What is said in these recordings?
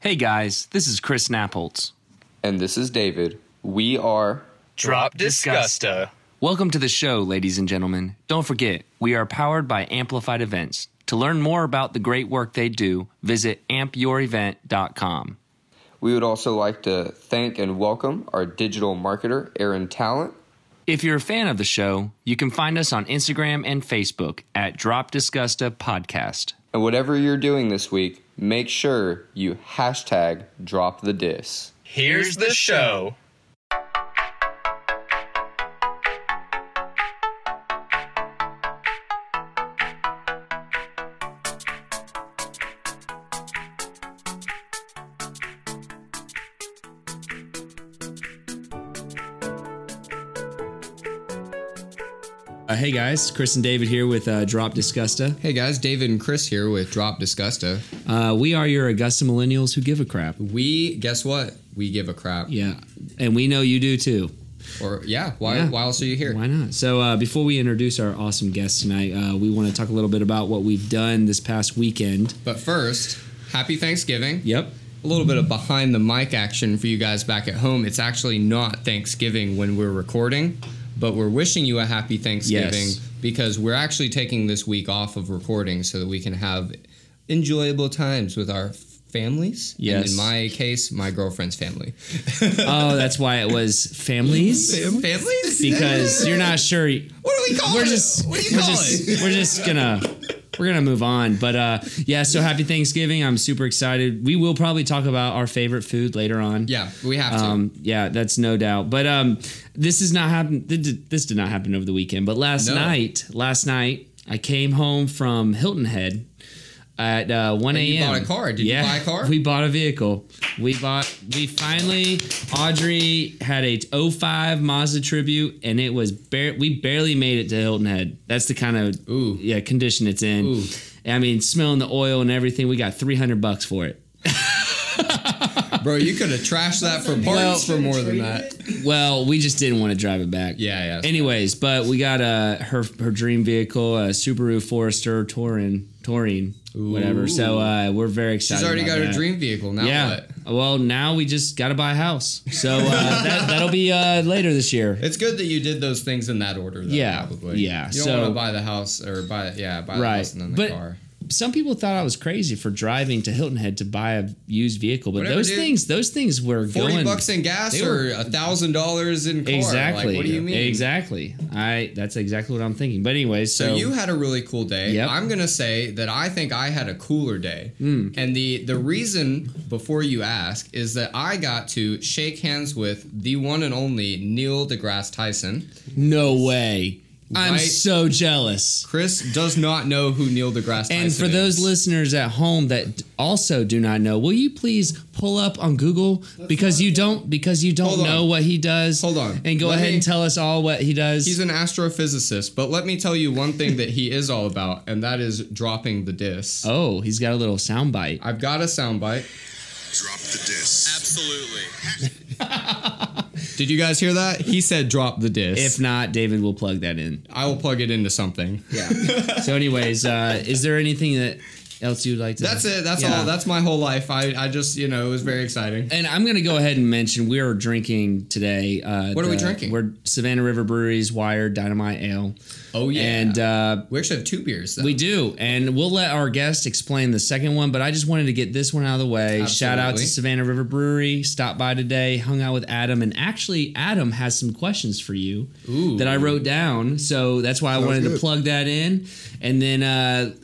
Hey guys, this is Chris Knappholtz. And this is David. We are. Drop Disgusta. Welcome to the show, ladies and gentlemen. Don't forget, we are powered by Amplified Events. To learn more about the great work they do, visit ampyourevent.com. We would also like to thank and welcome our digital marketer, Aaron Talent. If you're a fan of the show, you can find us on Instagram and Facebook at Drop Disgusta Podcast. And whatever you're doing this week, make sure you hashtag drop the dis. Here's the show. Uh, Uh, hey guys, Chris and David here with uh, Drop Disgusta. Hey guys, David and Chris here with Drop Disgusta. Uh, we are your Augusta millennials who give a crap. We, guess what? We give a crap. Yeah, and we know you do too. Or, yeah, why, Yeah. why else are you here? Why not? So uh, before we introduce our awesome guest tonight, uh, we want to talk a little bit about what we've done this past weekend. But first, happy Thanksgiving. Yep. A little bit of behind the mic action for you guys back at home. It's actually not Thanksgiving when we're recording, but we're wishing you a happy Thanksgiving Yes. because we're actually taking this week off of recording so that we can have enjoyable times with our families. And Yes. in my case, my girlfriend's family. Oh, that's why it was families Families? because you're not sure. What do we call We're it? just Oh, what do you we're call it? just we're just gonna we're gonna move on. But uh, yeah, so happy Thanksgiving! I'm super excited. We will probably talk about our favorite food later on. Yeah, we have to. Um, yeah, that's no doubt. But um, this is not happen. th- th- This did not happen over the weekend. But last No. night, last night, I came home from Hilton Head at uh, one a.m. you bought a car. Did you yeah, buy a car? We bought a vehicle. We bought. We finally. Audrey had a 05 Mazda Tribute, and it was bare. We barely made it to Hilton Head. That's the kind of Ooh. yeah condition it's in. Ooh. I mean, smelling the oil and everything. We got three hundred bucks for it. Bro, you could have trashed that for parts for more than that. Well, we just didn't want to drive it back. Yeah, yeah. Anyways, but we got uh, her her dream vehicle, a Subaru Forester Touring, Touring, whatever. So uh, we're very excited. She's already about got her that. dream vehicle. Now Yeah. what? Well, now we just got to buy a house. So uh, that, that'll be uh, later this year. It's good that you did those things in that order, though. Yeah, probably. yeah, You don't so- want to buy the house or buy yeah buy the Right, house and then the but car. Some people thought I was crazy for driving to Hilton Head to buy a used vehicle, but Whatever, those dude. things, those things were Forty going bucks in gas they or a thousand dollars in car. exactly. Like, what do you mean? Exactly. I. That's exactly what I'm thinking. But anyways, so, So you had a really cool day. Yep. Hmm. I'm gonna say that I think I had a cooler day, and the the reason before you ask is that I got to shake hands with the one and only Neil deGrasse Tyson. no way. I'm Right. so jealous. Chris does not know who Neil deGrasse Tyson And is. for those listeners at home that also do not know, will you please pull up on Google because you don't because you don't Hold on. know what he does. Hold on. and go Let ahead me- and tell us all what he does. He's an astrophysicist, but let me tell you one thing that he is all about, and that is dropping the disc. oh, he's got a little sound bite. I've got a soundbite. Drop the disc. Absolutely. Did you guys hear that? He said drop the disc. If not, David will plug that in. I will plug it into something. Yeah. so, anyways, uh, is there anything that else you'd like to? That's it. That's Yeah. all. That's my whole life. I, I just, you know, it was very exciting. and I'm gonna go ahead and mention we are drinking today. Uh, What are we the- drinking? We're Savannah River Brewery's Wired Dynamite Ale, Oh, yeah. and uh, we actually have two beers, though. We do, and we'll let our guest explain the second one, but I just wanted to get this one out of the way. Shout out to Absolutely. Savannah River Brewery. Stopped by today, hung out with Adam, and actually, Adam has some questions for you Ooh. that I wrote down. So that's why I wanted to good. plug that in. And then uh,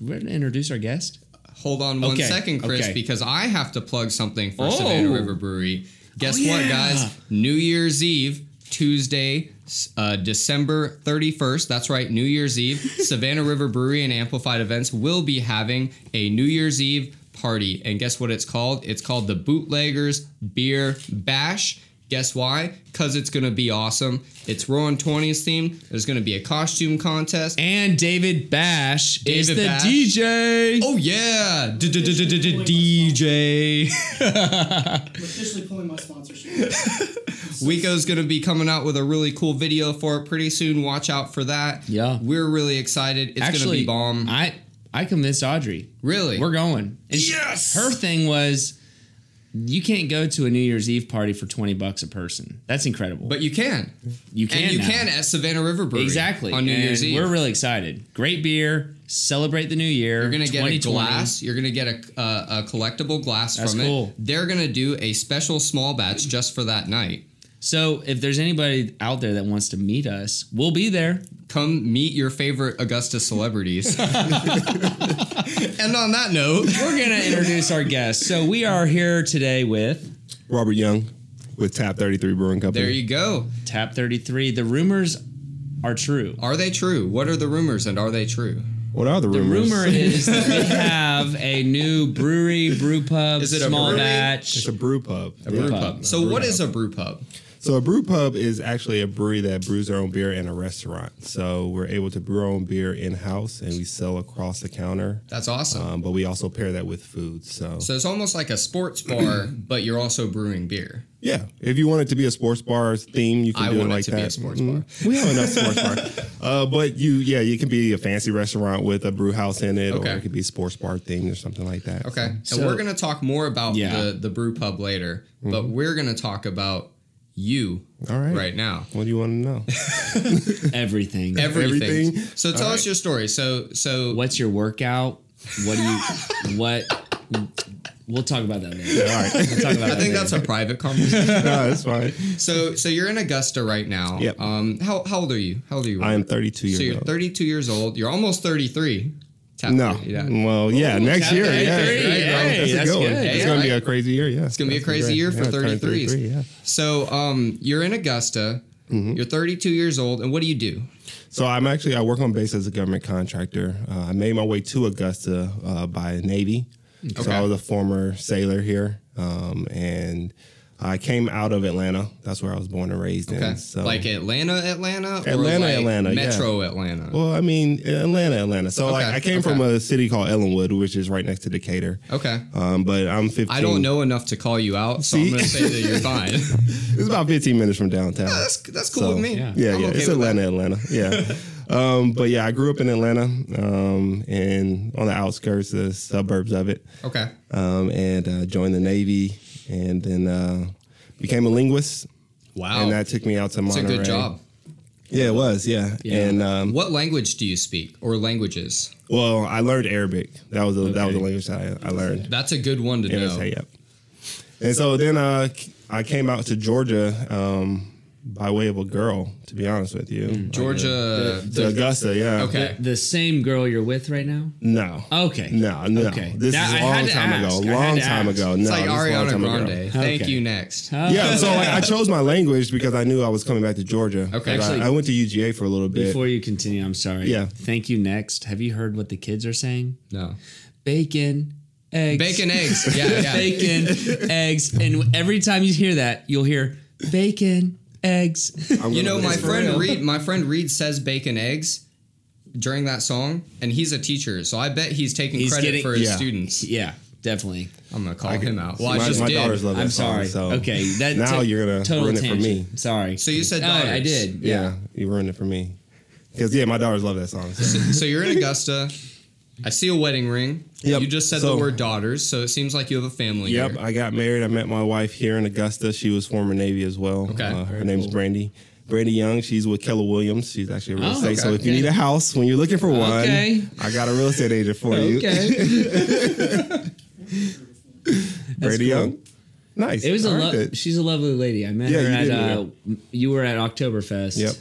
we're going to introduce our guest. Hold on one Okay, second, Chris, okay. because I have to plug something for Oh. Savannah River Brewery. Guess Oh, what, yeah. guys? New Year's Eve, Tuesday, s- uh, December 31st. That's right, New Year's Eve. Savannah River Brewery and Amplified Events will be having a New Year's Eve party. And guess what it's called? It's called the Bootleggers Beer Bash. Guess why? Because it's going to be awesome. It's Roaring 20s themed. There's going to be a costume contest. And David Bash is the David Bash. DJ. Oh yeah, DJ. I'm officially pulling my sponsorship. Wico's gonna be coming out with a really cool video for it pretty soon. Watch out for that. Yeah. we're really excited. It's gonna Actually, be bomb. I, I convinced Audrey. really, We're going. And she- Yes! her thing was you can't go to a New Year's Eve party for twenty bucks a person. That's incredible. But you can. you can and you now. can at Savannah River Brewery. exactly On New And Year's Eve. We're really excited. Great beer. Celebrate the new year. You're gonna get a 2020. glass. You're gonna get a uh, a, a collectible glass That's from cool. it. They're gonna do a special small batch just for that night. So if there's anybody out there that wants to meet us, we'll be there. Come meet your favorite Augusta celebrities. and on that note, We're gonna introduce our guests. So we are here today with Robert Young with Tap 33 Brewing Company. there you go. Tap 33. The rumors are true. Are they true? What are the rumors and are they true? what are the The rumors? rumor is that we have a new brewery, brew pub, Is it a small brewery? it's batch. a brew pub. A brew pub. pub. So what is a brew pub? So a brew pub is actually a brewery that brews their own beer in a restaurant. So we're able to brew our own beer in house and we sell across the counter. That's awesome. Um, but we also pair that with food. So, so it's almost like a sports bar, but you're also brewing beer. yeah, if you want it to be a sports bar theme, you can I do it want it like to that. be a sports Mhm. bar. We have enough sports bar. Uh, but you, yeah, you can be a fancy restaurant with a brew house in it, Okay. or it could be sports bar themed or something like that. Okay. And So- we're going to talk more about Yeah. the, the brew pub later, but we're going to talk about you Mm-hmm. All right. right now. What do you want to know? Everything. Everything. Everything? So tell us your story. So, so What's your workout? What do you what we'll talk about that later. All right. We'll talk about I that think later. that's a private conversation. no, that's fine. so, so you're in Augusta right now. Yep. Um, how, how old are you? How old are you? I am 32 years so you're old. 32 years old. You're almost 33. Tap No. 30, yeah. Well, yeah, next Chapter year. Yeah, 83, There you go. hey, that's that's, a good, good. one. It's Yeah, going to be right. a crazy year. Yeah, it's gonna be a crazy year for 33s. Yeah. Mm-hmm. So, um, you're in Augusta. You're 32 years old, and what do you do? So I'm actually I work on base as a government contractor. Uh, I made my way to Augusta uh, by Navy. So Mm-hmm. Okay. I was a former sailor here, um, and I came out of Atlanta. That's where I was born and raised Okay. in. So like Atlanta, Atlanta, or Atlanta, like Atlanta, yeah. Metro Atlanta. Well, I mean Atlanta, Atlanta. So like Okay, I came okay. from a city called Ellenwood, which is right next to Decatur. Okay. Um, but I'm 15. I don't know enough to call you out, so I'm See? gonna say that you're fine. It's about 15 minutes from downtown. that's that's cool So, with me. yeah. Yeah, I'm yeah. okay it's with that. Atlanta, Atlanta. Yeah. um, but yeah, I grew up in Atlanta um, and on the outskirts, the suburbs of it, Okay. um, and uh, joined the Navy and then uh, became a linguist. Wow. And that took me out to It's a Monterey. good job. Yeah, it was. Yeah. And um, What language do you speak or languages? well, I learned Arabic. That was a, that was Okay. the language that I, I learned. That's a good one to Yeah, know. that's how you- yep. And so then uh, I came out to Georgia um, by way of a girl, to be honest with you. Georgia. To Augusta, yeah. okay. the same girl you're with right now? No. Okay. No, no. Oh. Okay. This That- I is a had long to ask. time I ago. had Long to time ask. ago. It's No, like this is a long Ariana time ago. Grande. Thank Okay. you. Next. Yeah, so like I chose my language because I knew I was coming back to Georgia. Okay. Because I- Actually- I, went to UGA for a little bit. Before you continue, I'm sorry. Yeah. Thank you. Next, have you heard what the kids are saying? No. Bacon, eggs, Bacon eggs. Yeah. Yeah. bacon, eggs, and every time you hear that, you'll hear bacon, eggs. I'm You gonna know, put my this- friend Reed. My friend Reed says bacon eggs during that song, and he's a teacher, so I bet he's taking He's credit getting- for his yeah. students. yeah, definitely. I'm gonna call him out. Well, I my, just my did. daughters love that I'm song, sorry. So okay, that Oh, now took you're gonna total ruin it for me. tangent. Sorry. So you said Oh, I daughters. did. Yeah, you ruined it for me. Because yeah, my daughters love that song. so. so you're in Augusta. I see a wedding ring. Yep. You just said So- the word daughters, so it seems like you have a family. Yep, here. I got married. I met my wife here in Augusta. She was former Navy as well. Okay. Uh, her Very name's Brandy. Brandy Young. She's with Keller Williams. She's actually a real Oh, estate. So okay. if you need a house when you're looking for one, Okay. I got a real estate agent for you. Okay. Brandy Young. Nice. It was I a liked lo- it. she's a lovely lady. I met Yeah, her you at did uh, meet you were at Oktoberfest. Yep.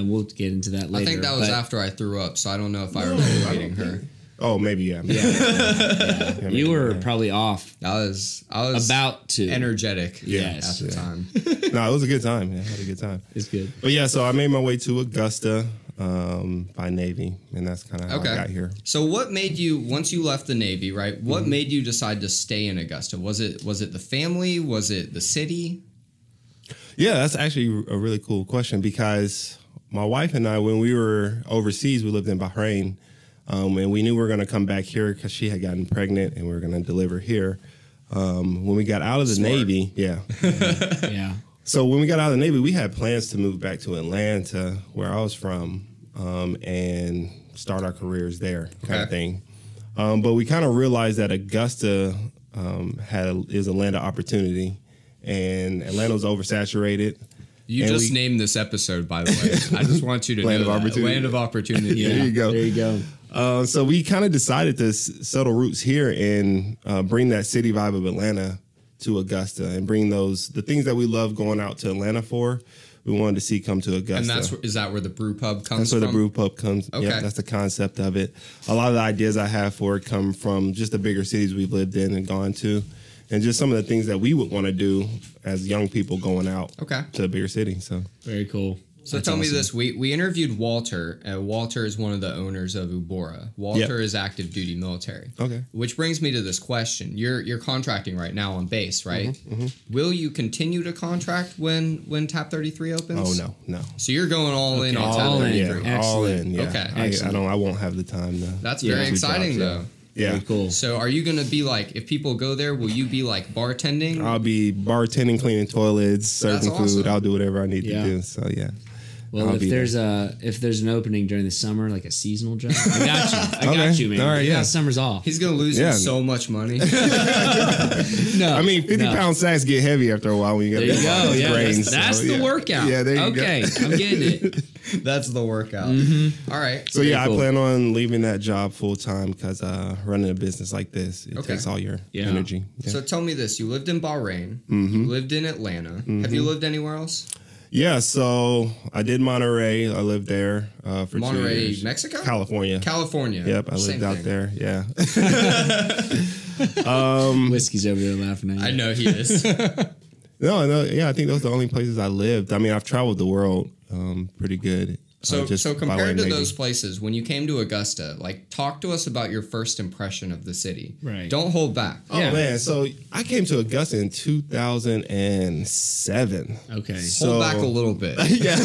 Uh, we'll get into that I later. think that was but- after I threw up, so I don't know if I remember meeting her. Oh, maybe yeah. Yeah, yeah, yeah. You were probably off I was I was about to energetic. Yes. at the time. no, it was a good time. Yeah, I had a good time. It's good. But yeah, so I made my way to Augusta um, by Navy, and that's kind of how Okay. I got here. Mm-hmm. So what made you once you left the Navy, right? What made you decide to stay in Augusta? Was it was it the family? Was it the city? Yeah, that's actually a really cool question because my wife and I, when we were overseas, we lived in Bahrain, um, and we knew we were going to come back here because she had gotten pregnant and we were going to deliver here. Um, when we got out of the Navy, yeah. Yeah. so when we got out of the Navy, we had plans to move back to Atlanta, where I was from, um, and start our careers there, kind Okay. of thing. Um, but we kind of realized that Augusta um, had a, is Atlanta opportunity, and Atlanta was oversaturated. You And just we- named this episode, by the way. I just want you to Land know of that. opportunity. Land of opportunity. There you go. There you go. Uh, so we kind of decided to s- settle roots here and uh, bring that city vibe of Atlanta to Augusta and bring those the things that we love going out to Atlanta for. We wanted to see come to Augusta. And that's where- is that where the brew pub comes That's where the from? brew pub comes. Okay. Okay. that's the concept of it. A lot of the ideas I have for it come from just the bigger cities we've lived in and gone to, and just some of the things that we would want to do as young people going out Okay. to a bigger city. So Very cool. So tell me this: we we interviewed Walter. Uh, Walter is one of the owners of Ubora. Walter is active duty military. Okay. Which brings me to this question: You're you're contracting right now on base, right? Mm-hmm, Will you continue to contract when when Tap Thirty Three oh opens? no, no, So you're going all in on all Tap in. Thirty yeah, Three. all Excellent. in. Yeah. Okay, I, I excellent. don't. I won't have the time though. That's Yeah. very Two exciting, jobs, yeah. though. yeah. Very cool. So are you gonna be like, if people go there, will you be like bartending? I'll be bartending, cleaning toilets, That's serving food. awesome. I'll do whatever I need Yeah. to do. So yeah. Well, I'll if be there. there's a if there's an opening during the summer, like a seasonal job, I got you. I Okay. got you, man. All right, You got yeah. summer's off. He's gonna lose you Yeah. so much money. no, I mean, fifty Uh, no. pound sacks get heavy after a while when you got There you go. Yeah, grains. that's, that's so, the yeah. workout. Yeah, there you go. okay, I'm getting it. That's the workout. All right. Mm-hmm. So yeah, cool. I plan on leaving that job full time because uh, running a business like this it Okay. takes all your Yeah. energy. Yeah. Mm-hmm. So tell me this: You lived in Bahrain, you lived in Atlanta. Have you lived anywhere else? yeah, so I did Monterey. I lived there uh, for two Monterey, years. Mexico, California. California. Yep, I lived Same out thing. there. Yeah, Whiskey's over there laughing at you. I know he is. no, no, yeah. I think those are the only places I lived. I mean, I've traveled the world um, pretty good. so uh, just so by compared land, to maybe. those places, when you came to Augusta, like talk to us about your first impression of the city. Right. Don't hold back. Oh Yeah. man, so I came to Augusta in 2007. Okay. hold so- back a little bit. Yeah,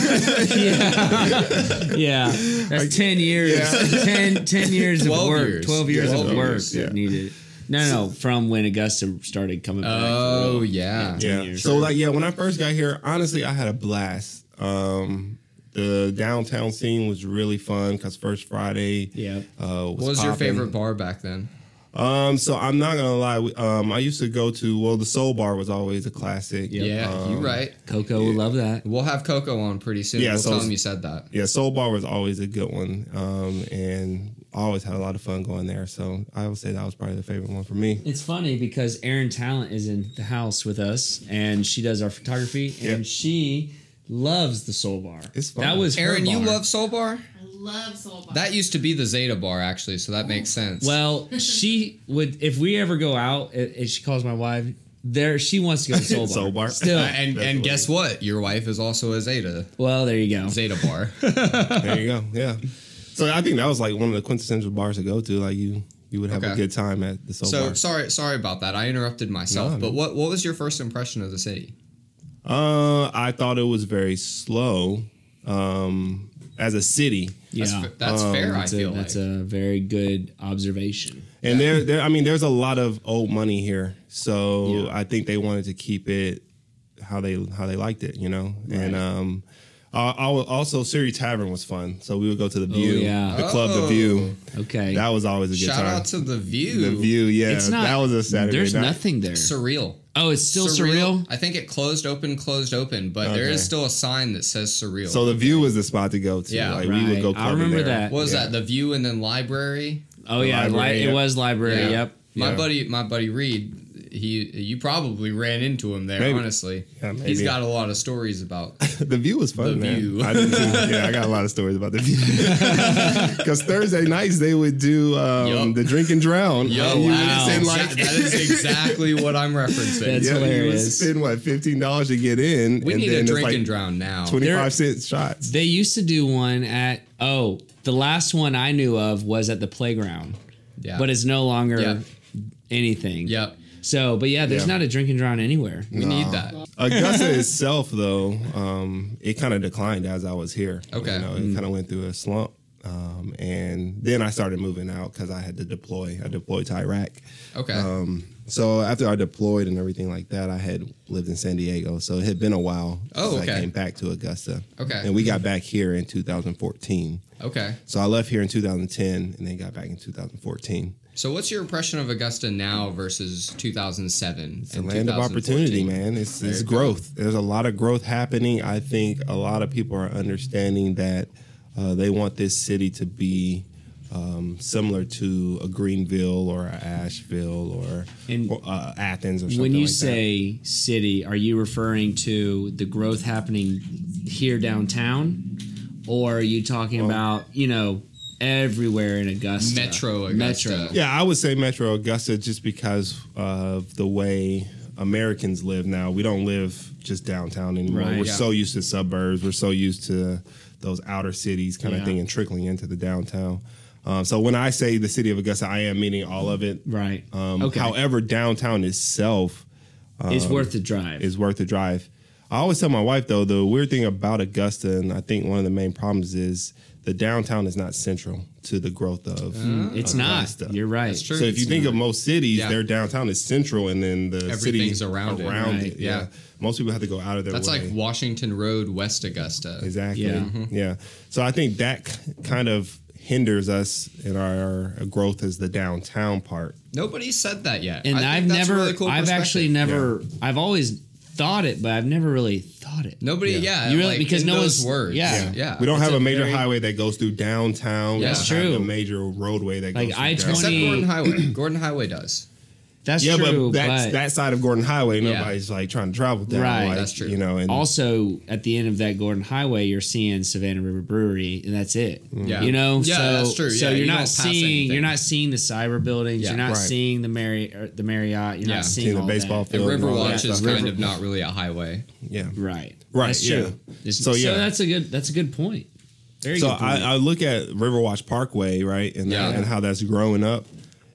that's ten years. Ten, 10 years of 12 work. years. Twelve years Yeah. of work Yeah. that needed. No, no, from when Augusta started coming back. oh yeah. Yeah. years. So like yeah, when I first got here, honestly, I had a blast. Um, the downtown scene was really fun because first Friday, Yeah. uh, was What was your poppin'. favorite bar back then? Um, so I'm not gonna lie, we- um, I used to go to well, the Soul Bar was always a classic. Yeah, Um, you're right. Coco will love that. We'll have Coco on pretty soon. Yeah, we'll so- tell him you said that. Yeah, Soul Bar was always a good one, um, and I always had a lot of fun going there. So I would say that was probably the favorite one for me. It's funny because Erin Talent is in the house with us, and she does our photography, and she loves the Soul Bar. It's fun. That was her Aaron, you bar. love Soul Bar? I love soul box. That used to be the Zeta Bar, actually, so that makes sense. Well, she would if we ever go out, and and she calls my wife. There, she wants to go to Soul Bar. Soul Bar. Still, Uh, and and guess what? Your wife is also a Zeta well, there you go. Zeta bar. There you go. Yeah. So I think that was like one of the quintessential bars to go to. Like you, you would have Okay. a good time at the Soul so Bar. sorry, sorry about that. I interrupted myself. No, no. but what what was your first impression of the city? Uh, I thought it was very slow. Um, as a city, yeah, That's, fa- that's Oh, fair. I That's a- feel that's like. a very good observation. and there, there, I mean, there's a lot of old money here, so I think they wanted to keep it how they how they liked it, you know. And um, I, I wa- also Surrey Tavern was fun, so we would go to the View, Oh, yeah. the club, the Oh. View. Okay, That was always a good Shout time. out to the view. the View, yeah, it's not. that was a Saturday. There's night. nothing there. Surreal. oh, it's still surreal. I think it closed open, closed open, but there is Okay. still a sign that says surreal. So the view was the spot to go to. Yeah, like we would Right. go. I clubbing remember there. that. what was yeah. that? The view and then library. Oh The yeah, li- library, it yeah. was library. Yeah. Yep. My Yeah. buddy, my buddy Reed, he you probably ran into him there. Maybe. Honestly, Yeah, he's maybe. got a lot of stories about. The view was fun, The man. View. I didn't see- yeah, I got a lot of stories about the view. Because Thursday nights they would do um, Yup. the drink and drown. Yo, And you wow. would spend Exa- like, that is exactly what I'm referencing. That's yeah, you would hilarious. spend what fifteen dollars to get in. we and need then a it's drink like and drown now. Twenty five cent shots. They used to do one at oh the last one I knew of was at the playground, Yeah. but it's no longer Yep. anything. Yep. So, but yeah, there's Yeah. not a drink and drown anywhere. We need that. Augusta itself, though, um, it kind of declined as I was here. Okay. you know, it kind of went through a slump. Um, and then I started moving out because I had to deploy. I deployed to Iraq. Okay. Um, so after I deployed and everything like that, I had lived in San Diego, so it had been a while Oh, since okay. I came back to Augusta. Okay. and we got back here in 2014. okay. So I left here in 2010 and then got back in 2014. So, what's your impression of Augusta now versus 2007? It's a land of opportunity, man. It's, it's growth. There's a lot of growth happening. I think a lot of people are understanding that uh, they want this city to be um, similar to a Greenville or a Asheville or, And or, uh, Athens or something When you like that. say city, are you referring to the growth happening here downtown, or are you talking about you know everywhere in Augusta, Metro Augusta. Metro? Yeah, I would say Metro Augusta just because of the way Americans live now. We don't live just downtown anymore. Right. We're Yeah. so used to suburbs. We're so used to those outer cities kind Yeah. of thing and trickling into the downtown. Um, so when I say the city of Augusta, I am meaning all of it. Right. Um, Okay. However, downtown itself it's um, worth the drive. is worth the drive. I always tell my wife though the weird thing about Augusta, and I think one of the main problems is the downtown is not central to the growth of. Mm, It's Augusta. not. You're right. That's true. So if you It's think of most cities, Yeah. their downtown is central, and then the Everything's cities around it, right, Yeah. yeah. most people have to go out of their That's way. like Mm-hmm. Washington Road, West Augusta. exactly. Mm-hmm. Yeah. Yeah. So I think that k- kind of hinders us in our, our growth as the downtown part. Nobody said that yet. And I I've think that's a never, really cool I've perspective. actually never, I've always thought it, but I've never really thought it. Nobody, yeah, You really- like, because in no those one's- words. yeah. yeah. we don't It's have a, major very- highway that goes through Yeah. downtown. We That's don't have true. A major roadway that Like goes through I-20 downtown. Except Gordon Highway. Gordon Highway does. That's Yeah, true. but that's but that side of Gordon Highway. Yeah. Nobody's like trying to travel down. Right. like, That's true. You know, and also at the end of that Gordon Highway, you're seeing Savannah River Brewery, and that's it. Mm. Yeah. you know, Yeah, so, that's true. So Yeah, you're you don't not pass seeing, anything. you're not seeing the cyber buildings, Yeah. you're not Right. seeing the Mary, or the Marriott, you're Yeah. not seeing, Seeing the all that. baseball And field. and all that Riverwatch is stuff. kind of not really a highway. yeah. Right, Right, That's yeah. true. It's- So, yeah. that's a good, that's a good point. Very so good. Point. I, I look at Riverwatch Parkway, right, and that- Yeah. and how that's growing up.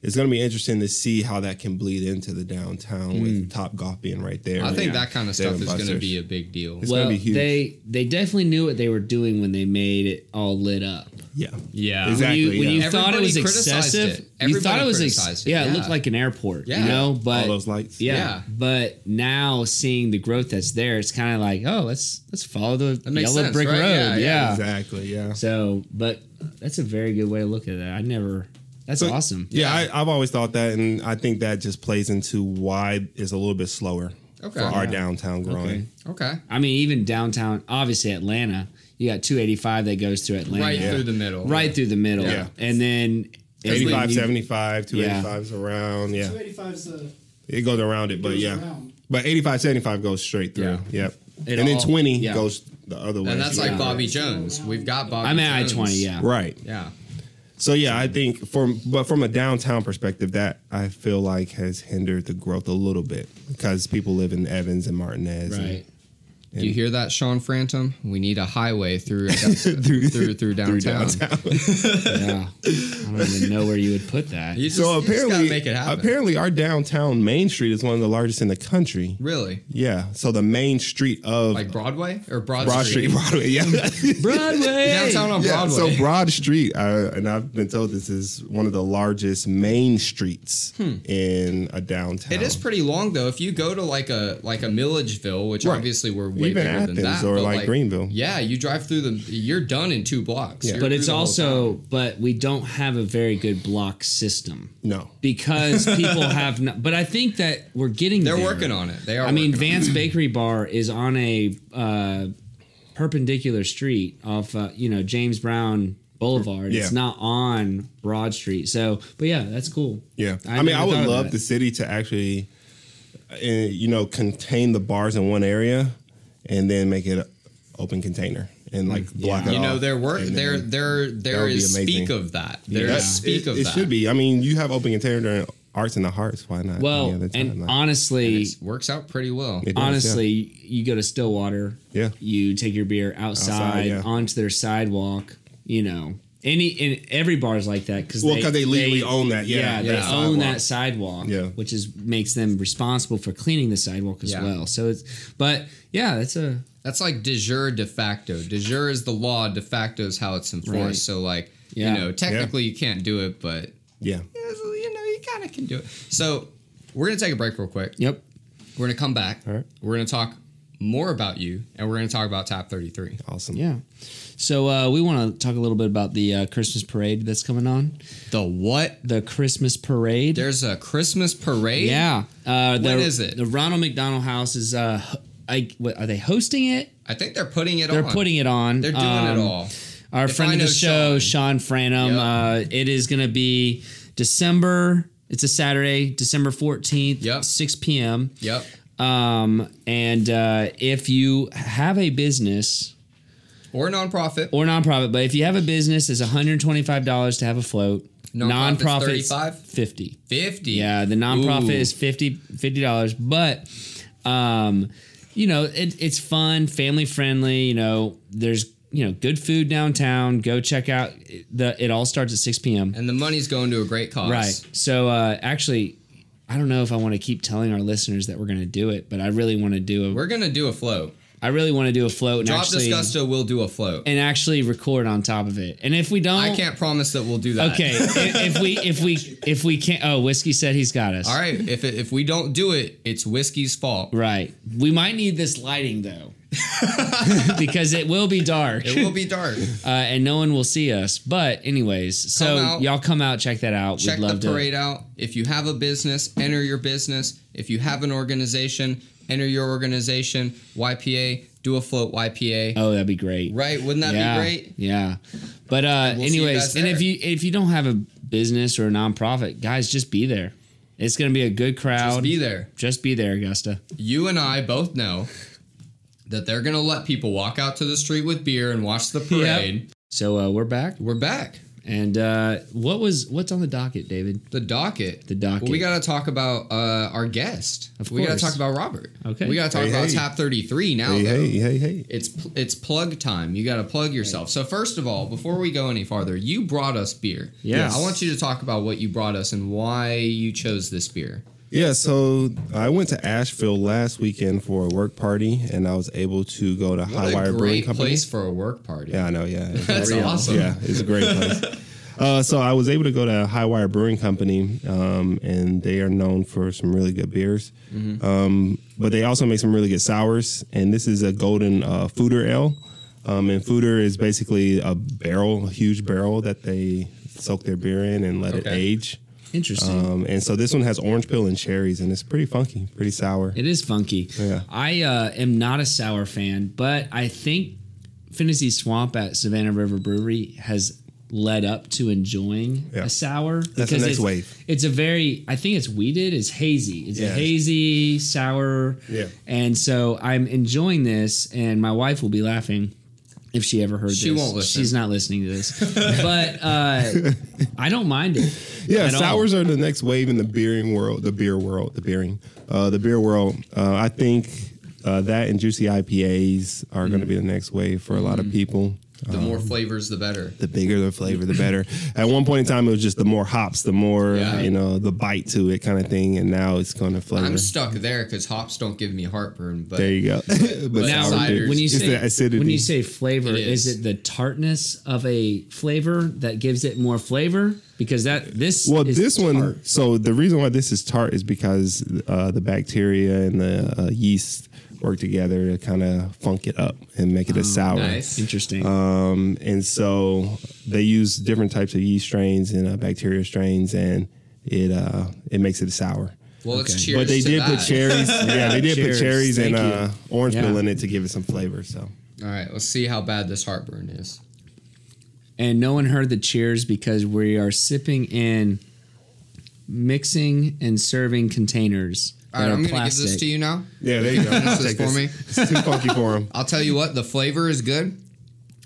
It's going to be interesting to see how that can bleed into the downtown with Top Golf being right there. Hmm. I think Yeah. that kind of Dave stuff and is going to Buster's. be a big deal. It's well, gonna be huge. they they definitely knew what they were doing when they made it all lit up. yeah, Yeah. exactly. When you, when yeah. you thought it Everybody was criticized it. excessive, you Everybody thought it was ex- criticized it, yeah, yeah. it looked like an airport, Yeah. you know. But all those lights. yeah, Yeah. but now seeing the growth that's there, it's kind of like, oh, let's let's follow the makes yellow sense, brick right? road, Yeah, yeah. yeah, exactly. Yeah. So, but that's a very good way to look at it. I never. That's So- awesome. Yeah, I, I've always thought that, and I think that just plays into why it's a little bit slower Okay. for our Yeah. downtown growing. Okay. Okay. I mean, even downtown, obviously Atlanta, you got 285 that goes through Atlanta, Right through the middle. right through the middle, Yeah. and then and when 85, you- 75, 285 is around. Yeah, 285 is the it goes around it, but goes yeah. around. But 85, 75 goes straight through. Yeah. Yep. It and then all- 20 yeah. goes the other way. And that's like Yeah. Bobby Jones. We've got Bobby I'm at I Jones. 20, yeah. Right. Yeah. So yeah, I think from but from a downtown perspective, that I feel like has hindered the growth a little bit because people live in Evans and Martinez. and- Right. Do you hear that, Sean Frantum? We need a highway through Augusta, through, through downtown. Yeah. I don't even know where you would put that. You just, you So just gotta apparently, make it happen. apparently, our downtown Main Street is one of the largest in the country. really, Yeah. So the main street of like Broadway or Broad, Broad Street. Street, Broadway. Yeah. Broadway. Downtown on Yeah, Broadway. So Broad Street, uh, and I've been told this is one of the largest main streets in a downtown. Hmm. It is pretty long though. If you go to like a like a Milledgeville, which Right. obviously we're way Even bigger than Athens that, or but, like Greenville. Yeah, you drive through the. You're done in two blocks. You're but through it's the whole town. also but we don't have a very good block system No. because people have not but i think that we're getting they're there. working on it. They are. i mean working vance bakery bar is on a uh, perpendicular street off uh, you know james brown boulevard it's Yeah. not on broad street so but yeah that's cool Yeah. I, mean, never I thought would of love that. the city to actually, uh, you know, contain the bars in one area and then make it an open container and like on block it it. Hmm. you know, off. there work. And There then there Oh, would there be is speak amazing. of that. There is that- speak it, of it that. should be. I mean, you have open container during Arts in the Hearts. Why not? well any other time? and Like, honestly It works out pretty well. it does, yeah. honestly you go to stillwater Yeah. you take your beer outside, Outside, yeah. onto their sidewalk you know any and every bar is like that because Well, 'cause they legally own that, yeah, they yeah. own that sidewalk Yeah. which is makes them responsible for cleaning the sidewalk as Yeah. well so it's but yeah that's a That's like de jure de facto. De jure is the law. De facto is how it's enforced. Right. So like Yeah. you know, technically you can't do it, but Yeah. you know you kind of can do it. So we're gonna take a break real quick. yep We're gonna come back. All right. We're gonna talk more about you, and we're going to talk about top 33. Awesome. Yeah. So uh, we want to talk a little bit about the uh, Christmas parade that's coming on. The what? The Christmas parade. There's a Christmas parade? yeah. Uh, the, When is it? The Ronald McDonald House is. Uh, ho- I, what, are they hosting it? I think they're putting it They're on. putting it on. They're doing Um, it all. Our If friend I of the know show, Sean, Sean. Franum. Uh, it is going to be December. It's a Saturday, December 14th, Yep. 6 p.m. Yep. Um, and uh, if you have a business Or nonprofit. or nonprofit, but if you have a business, it's $125 to have a float. Nonprofit's Nonprofit's 35? 50. 50. Yeah, the nonprofit Ooh. is 50 dollars, but um, you know, it, it's fun, family friendly. You know, there's you know good food downtown. Go check out the. It all starts at six p.m. And the money's going to a great cause. Right. So uh, actually, I don't know if I want to keep telling our listeners that we're going to do it, but I really want to do a. We're going to do a float. I really want to do a float and Drop actually Disgusto will do a float. and actually record on top of it. And if we don't, I can't promise that we'll do that. Okay. if, if we if we if we can't. Oh, whiskey said he's got us. All right. If, it, if we don't do it, it's whiskey's fault. Right. We might need this lighting though, because it will be dark It will be dark. uh, and no one will see us. But anyways, so Come out. y'all come out, check that out. Check We'd the love parade out. If you have a business, enter your business. If you have an organization, enter your organization. YPA, do a float YPA. to. Oh, that'd be great. Right? Wouldn't that yeah, be great? Yeah. But uh, We'll see you anyways, guys and if there. you if you don't have a business or a nonprofit, guys, just be there. It's gonna be a good crowd. Just be there. Just be there, Augusta. You and I both know that they're going to let people walk out to the street with beer and watch the parade. So uh, we're back, We're back. and uh, what was what's on the docket, David? The docket. The docket. Well, we got to talk about uh, our guest. Of We got course. to talk about Robert. Okay. We got to talk Hey, about hey. top 33 now. Hey, though. hey, hey, hey. It's pl- it's plug time. You got to plug yourself. So first of all, before we go any farther, you brought us beer. Yes. I want you to talk about what you brought us and why you chose this beer. Yeah, so I went to Asheville last weekend for a work party, and I was able to go to What High a Wire Brewing great Company. place for a work party. Yeah, I know. Yeah, That's awesome. Yeah, it's a great place. Uh, so I was able to go to High Wire Brewing Company, um, and they are known for some really good beers. Mm-hmm. Um, but they also make some really good sours, and this is a golden uh, fooder ale. Um, and fooder is basically a barrel, a huge barrel that they soak their beer in and let it Okay. age. uh, Interesting. Um, and so this one has orange peel and cherries, and it's pretty funky, pretty sour. It is funky. Yeah. I uh, am not a sour fan, but I think Fantasy Swamp at Savannah River Brewery has led up to enjoying Yeah. a sour. That's the next it's, wave. It's a very, I think it's weeded. It's hazy. It's a Yeah. hazy sour. Yeah. And so I'm enjoying this, and my wife will be laughing. If she ever heard She this, won't listen. she's not listening to this. but uh, I don't mind it. Yeah, at all. sours are the next wave in the beering world, the beer world, the beering, uh, the beer world. Uh, I think uh, that and juicy IPAs are going to Mm. be the next wave for a lot of people. The more flavors, the better. The bigger the flavor, the better. At one point in time, it was just the more hops, the more Yeah. you know, the bite to it kind of thing, and now it's going to flavor. I'm stuck there because hops don't give me heartburn. But there you go. but Now, sour ciders. beer- when you it's say the acidity, when you say flavor, It is. is. it the tartness of a flavor that gives it more flavor? Because that this Well, is this one. tart. So the reason why this is tart is because uh, the bacteria and the uh, yeast work together to kind of funk it up and make it a sour. Oh, nice. interesting. Um, and so they use different types of yeast strains and uh, bacteria strains, and it uh, it makes it sour. Well, Okay. it's cheers. but they to did that. put cherries. yeah, they did Cheers. put cherries and Thank uh, orange Yeah. peel in it to give it some flavor. So All right, let's see how bad this heartburn is. and no one heard the cheers because we are sipping in mixing and serving containers All that right, are I'm going to give plastic. this to you now. yeah, there you go. I'll This is take for me. It's too funky for them. I'll tell you what, the flavor is good,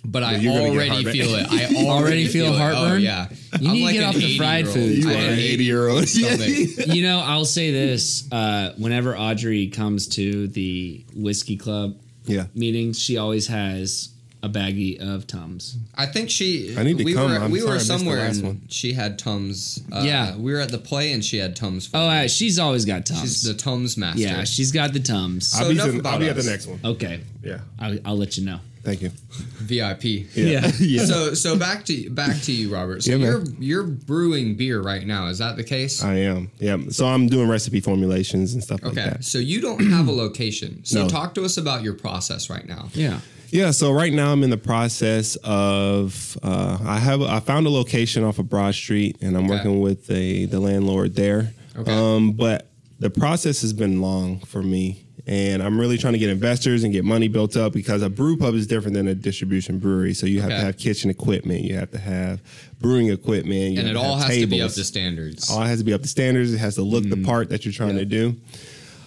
but I you're gonna get already heartburn. feel it. I already feel feel it. Oh, heartburn? yeah. You I'm need to like get an off the fried 80-year-old. food. You I am are an 80 year old. stomach. you know, I'll say this: uh, whenever Audrey comes to the whiskey club Yeah. meetings, she always has a baggie of Tums. I think she. I need to we come. Were, I'm we sorry, I were missed the somewhere last and one. she had Tums. Uh, Yeah. We were at the play and she had Tums. For Oh, me. uh, she's always got Tums. She's the Tums master. Yeah, she's got the tums. I'll be, enough to- about I'll be at us. the next one. okay, Yeah. I'll, I'll let you know. Thank you. VIP. Yeah. yeah. So so back to back to you, Robert. So Yeah, man. you're you're brewing beer right now. Is that the case? I am. Yeah. So I'm doing recipe formulations and stuff like okay. that. So you don't have a location. So No. talk to us about your process right now. yeah. Yeah. So right now I'm in the process of uh, I have I found a location off of Broad Street and I'm Okay. working with the the landlord there. Okay. Um, but the process has been long for me, and I'm really trying to get investors and get money built up because a brew pub is different than a distribution brewery. So you have Okay. to have kitchen equipment, you have to have brewing equipment, you And have it to all have has to be up tables. Oh, to standards. All has to be up to standards. It has to look Mm. the part that you're trying to do.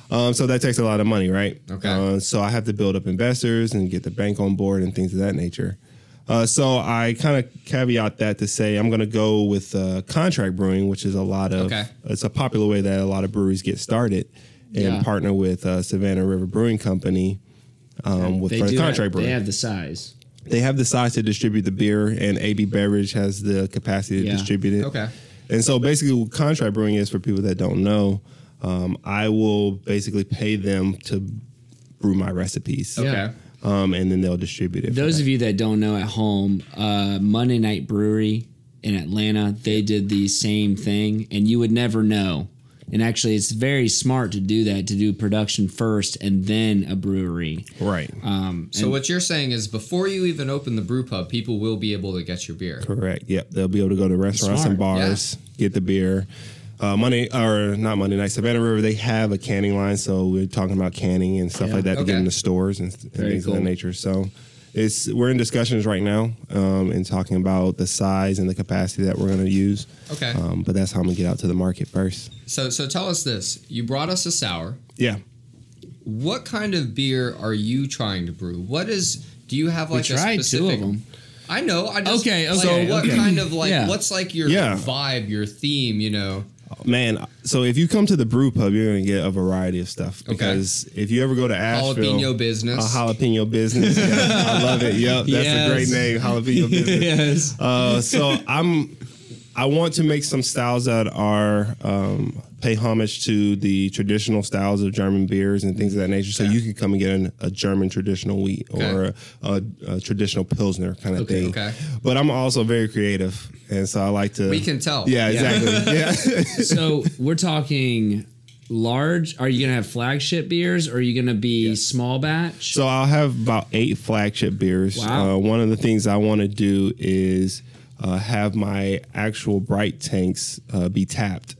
Um, so that takes a lot of money, right? Okay. Uh, so I have to build up investors and get the bank on board and things of that nature. Uh, so I kind of caveat that to say I'm going to go with uh, contract brewing, which is a lot of Okay. it's a popular way that a lot of breweries get started and Yeah. partner with uh, Savannah River Brewing Company um, with for the contract have, brewing They have the size. they have the size to distribute the beer, and AB Beverage has the capacity to Yeah. distribute it. Okay. And so basically, what contract brewing is for people that don't know, um, I will basically pay them to brew my recipes. Okay. Yeah. Um, and then they'll distribute it. Those of you that don't know at home, uh, Monday Night Brewery in Atlanta, they did the same thing, and you would never know. And actually, it's very smart to do that to do production first and then a brewery. right. Um, So what you're saying is before you even open the brew pub, people will be able to get your beer. Correct. Yep. They'll be able to go to restaurants and Smart, yeah. bars, get the beer. Uh, Monday or not Monday night, Savannah River. They have a canning line, so we're talking about canning and stuff Yeah. like that to get Okay. in the stores and, and Very things cool. of that nature. So it's we're in discussions right now um, and talking about the size and the capacity that we're going to use. Okay. Um, but that's how I'm gonna get out to the market first. So so tell us this. You brought us a sour. Yeah. What kind of beer are you trying to brew? What is do you have like tried two a of specific them. I know. I just, Okay, like, okay, what okay. kind of like Yeah. what's like your Yeah. vibe, your theme, you know? Man, so if you come to the brew pub, you're gonna get a variety of stuff because if you ever go to Asheville, Jalapeno business. a jalapeno business, Yeah, I love it. Yep, that's Yes. a great name, jalapeno business. yes. Uh, so I'm I want to make some styles that are um, pay homage to the traditional styles of German beers and things of that nature. So you can come and get an, a German traditional wheat or a, Okay. a, a traditional pilsner kind of Okay, thing. okay. But I'm also very creative, and so I like to. We can tell. Yeah, exactly. yeah. so we're talking large. Are you gonna have flagship beers? Or are you gonna be small batch? So I'll have about eight flagship beers. Wow. Uh, one of the things I want to do is uh, have my actual bright tanks uh, be tapped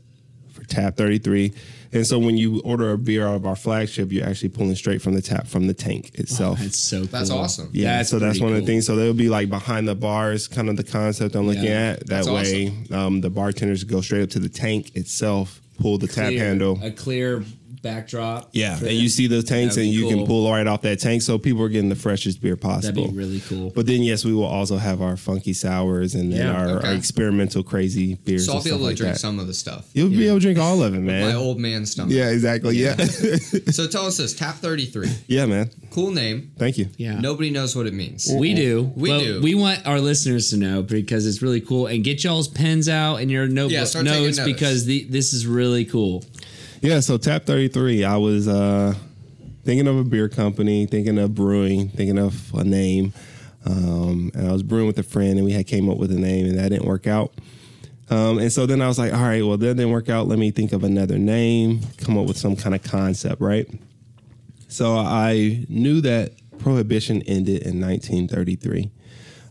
for tap 33. And so when you order a beer out of our flagship, you're actually pulling straight from the tap from the tank itself. that's so. Cool. That's awesome. yeah, so that's pretty one of cool. the things. So they'll be like behind the bars, kind of the concept I'm looking Yeah. at. That That's way, um, the bartenders go straight up to the tank itself, pull the tap Clear- handle, A clear backdrop. yeah, for and them. you see those tanks, That'd and be you cool. can pull right off that tank, so people are getting the freshest beer That'd possible. be really cool. But then, yes, we will also have our funky sours and then Yeah. our, Okay. our experimental crazy beers. So I'll and be stuff able to like drink that. some of the stuff. You'll be able to drink all of it, My man. old man stomach. Yeah, exactly. Yeah, yeah, So tell us this, Tap 33. man. Cool name. Thank you. yeah. Nobody knows what it means. We do. We but do. We want our listeners to know because it's really cool. And get y'all's pens out and your notebook Yeah, start taking notes notes. because the, this is really cool. Yeah, so Tap 33, I was uh, thinking of a beer company, thinking of brewing, thinking of a name. Um, and I was brewing with a friend and we had came up with a name and that didn't work out. Um, and so then I was like, all right, well, that didn't work out. Let me think of another name, come up with some kind of concept, right? So I knew that Prohibition ended in 1933.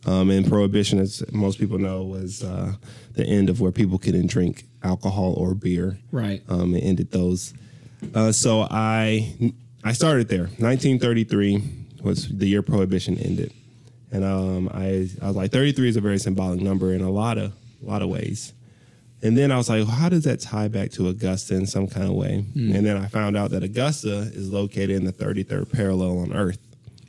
Um, and Prohibition, as most people know, was uh, the end of where people couldn't drink alcohol or beer Right. um, and ended those. Uh, so I I started there. 1933 was the year Prohibition ended, and um, I I was like 33 is a very symbolic number in a lot of a lot of ways. And then I was like, how does that tie back to Augusta in some kind of way? And then I found out that Augusta is located in the 33rd parallel on Earth.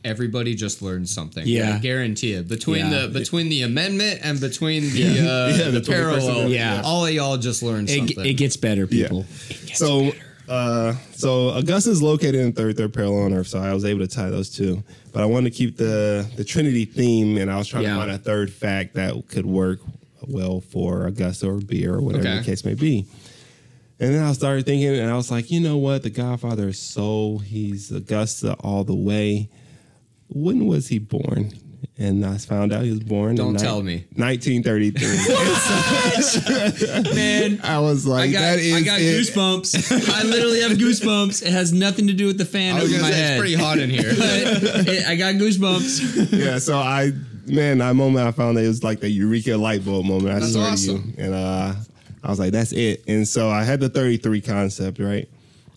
Everybody just learned something. Yeah. I guarantee it. Between Yeah. the between the amendment and between the uh, Yeah, the the 21st parallel. amendment. Yeah. All of y'all just learned It, something. it gets better, people. so uh so Augusta is located in third third parallel on earth so i was able to tie those two but i wanted to keep the the trinity theme and i was trying Yeah. to find a third fact that could work well for augusta or beer or whatever Okay. the case may be and then i started thinking and i was like you know what the godfather is so he's augusta all the way when was he born? And I found out he was born. Don't in ni- tell me. 1933. Man, I was like, got- that I is got it. goosebumps. I literally have goosebumps. It has nothing to do with the fan I was over my gonna say, head. it's pretty hot in here. But it- I got goosebumps. yeah, so I man, that moment I found that it was like the Eureka light bulb moment. I That's swear awesome. to you. And uh I was like, that's it. And so I had the 33 concept, right?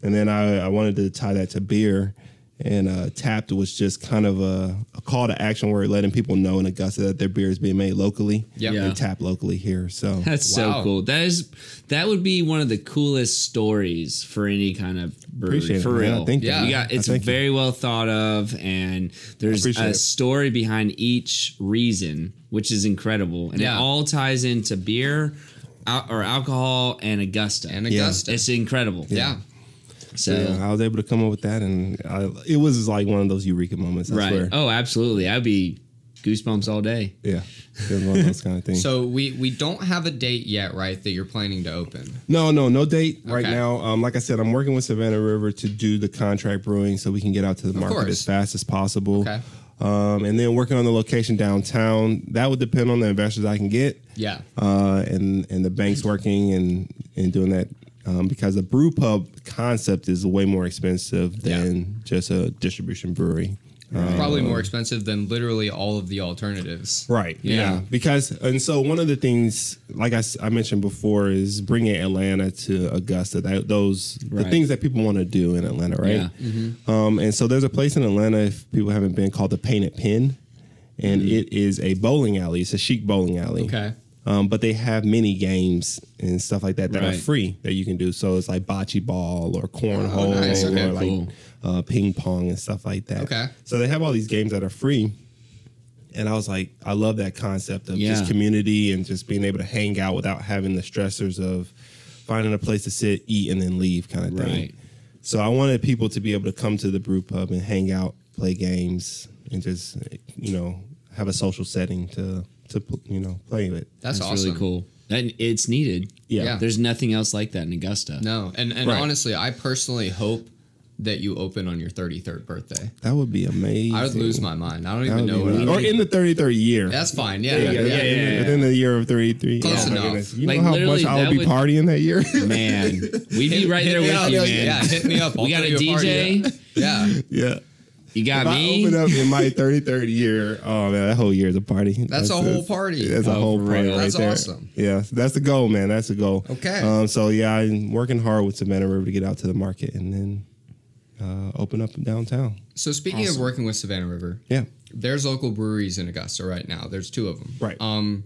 And then I, I wanted to tie that to beer. And uh, tapped was just kind of a, a call to action word, letting people know in Augusta that their beer is being made locally. Yep. Yeah. And tap locally here. So That's Wow. so cool. That is that would be one of the coolest stories for any kind of brewery. Appreciate it, for man. real. Thank you. yeah. Yeah. got I it's thank you. very well thought of and there's Appreciate a it. story behind each reason, which is incredible. And Yeah. it all ties into beer al- or alcohol and Augusta. and Yeah. Augusta. it's incredible. Yeah. So yeah, I was able to come up with that and I, it was like one of those Eureka moments. I right. swear. Oh, absolutely. I'd be goosebumps all day. Yeah. It was one of those kind of things. So we we don't have a date yet, right? That you're planning to open. No, no, no date right Okay. now. Um, like I said, I'm working with Savannah River to do the contract brewing so we can get out to the market course. as fast as possible. Okay. Um, and then working on the location downtown. That would depend on the investors I can get. Yeah. Uh, and and the banks working and and doing that um, because the brew pub concept is way more expensive Yeah. than just a distribution brewery. Probably more expensive than literally all of the alternatives. Right. Yeah. Yeah. Because and so one of the things, like I, s- I mentioned before, is bringing Atlanta to Augusta. That, those Right. the things that people want to do in Atlanta, right? Yeah. Mm-hmm. Um, and so there's a place in Atlanta if people haven't been called the Painted Pin, and it is a bowling alley. It's a chic bowling alley. Mm-hmm. Okay. Um, but they have mini games and stuff like that that Right. are free that you can do. So it's like bocce ball or cornhole Oh, nice. Okay, or like cool. uh, ping pong and stuff like that. Okay. So they have all these games that are free. And I was like, I love that concept of Yeah. just community and just being able to hang out without having the stressors of finding a place to sit, eat, and then leave kind of thing. Right. So I wanted people to be able to come to the brew pub and hang out, play games, and just you know have a social setting to to you know play with. That's, That's awesome. really cool. And it's needed. Yeah. Yeah. There's nothing else like that in Augusta. No, and and Right. honestly, I personally hope that you open on your 33rd birthday. That would be amazing. I would lose my mind. I don't That even would know be what. I amazing. would- or in the 33rd year. That's fine. Yeah. yeah, Yeah. yeah, within the year of 33. Close oh my enough. goodness. You Like, know how literally, much I that will be would- partying that year? Man, we'd be right there with Yeah, you, yeah, man. yeah, hit me up. I'll We got throw a you party. DJ. Yeah. yeah. You got If I me. open up in my 33rd year, oh man, that whole year is a party. That's a whole party. That's a Oh, whole for party real. right That's there. awesome. Yeah, that's the goal, man. That's the goal. Okay. Um, so yeah, I'm working hard with Savannah River to get out to the market and then uh, open up downtown. So speaking of working with Savannah River, Yeah. there's local breweries in Augusta right now. There's two of them. Right. Um,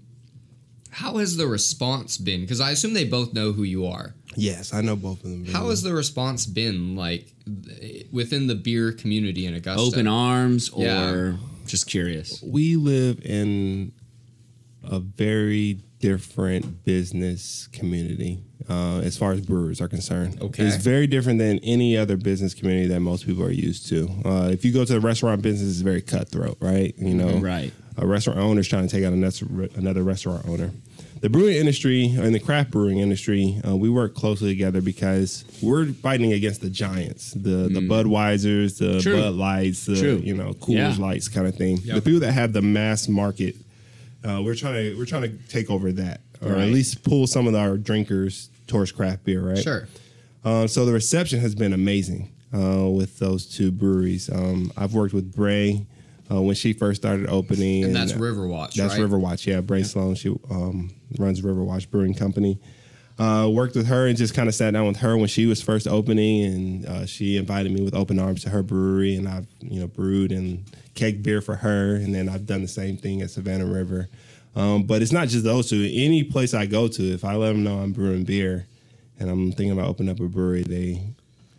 how has the response been? Because I assume they both know who you are. Yes, I know both of them. very How well. has the response been like th- within the beer community in Augusta? Open arms or Yeah. just curious. we live in a very different business community uh, as far as brewers are concerned. Okay. It's very different than any other business community that most people are used to. Uh, if you go to the restaurant business, it's very cutthroat, right? You know, Right. a restaurant owner is trying to take out another, another restaurant owner. The brewing industry and the craft brewing industry, uh, we work closely together because we're fighting against the giants, the the Budweisers, the Mm. True. Bud Lights, the True. you know Coors Yeah. Lights kind of thing. The people that have the mass market, uh, we're trying to we're trying to take over that, or Right. at least pull some of our drinkers towards craft beer, right? Sure. Uh, so the reception has been amazing uh, with those two breweries. Um, I've worked with Bray uh, when she first started opening, uh, And that's Riverwatch. That's right? Riverwatch. Yeah, Bray Sloan. She um, runs Riverwatch Brewing Company. Uh, worked with her and just kind of sat down with her when she was first opening, and uh, she invited me with open arms to her brewery, and I've you know brewed and keg beer for her, and then I've done the same thing at Savannah River. Um, but it's not just those two. Any place I go to, if I let them know I'm brewing beer, and I'm thinking about opening up a brewery, they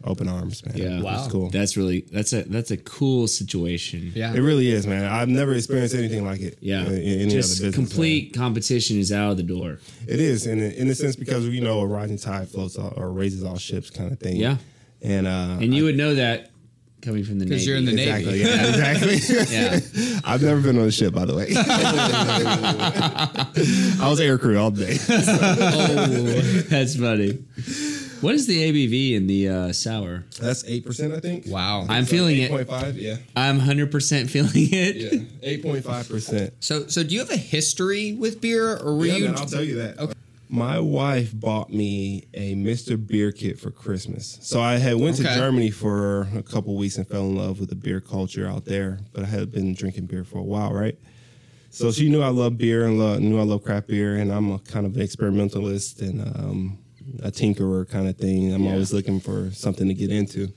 open arms, man. Yeah. Wow. it's cool. That's really that's a that's a cool situation. Yeah. it really is, man. I've never experienced anything like it. Yeah. in- in any other just business, man. complete competition is out of the door. It is, in in a sense, because you know a rising tide floats all, or raises all ships, kind of thing. Yeah. and uh, And you would know that coming from the Navy. Because you're in the Navy. exactly, yeah, exactly. yeah. I've never been on a ship, by the way. I was air crew all day. oh, that's funny. What is the ABV in the uh, sour? That's eight percent, I think. Wow. I'm feeling it. 8.5, yeah. I'm 100% feeling it. Yeah. 8.5%. so so do you have a history with beer or were Yeah, you man, I'll tell you that. My wife bought me a Mr. Beer kit for Christmas. So I had went Okay. to Germany for a couple weeks and fell in love with the beer culture out there, but I had been drinking beer for a while, right? So she knew I love beer and lo- knew I love craft beer, and I'm a kind of experimentalist and um, a tinkerer kind of thing. I'm always looking for something to get into.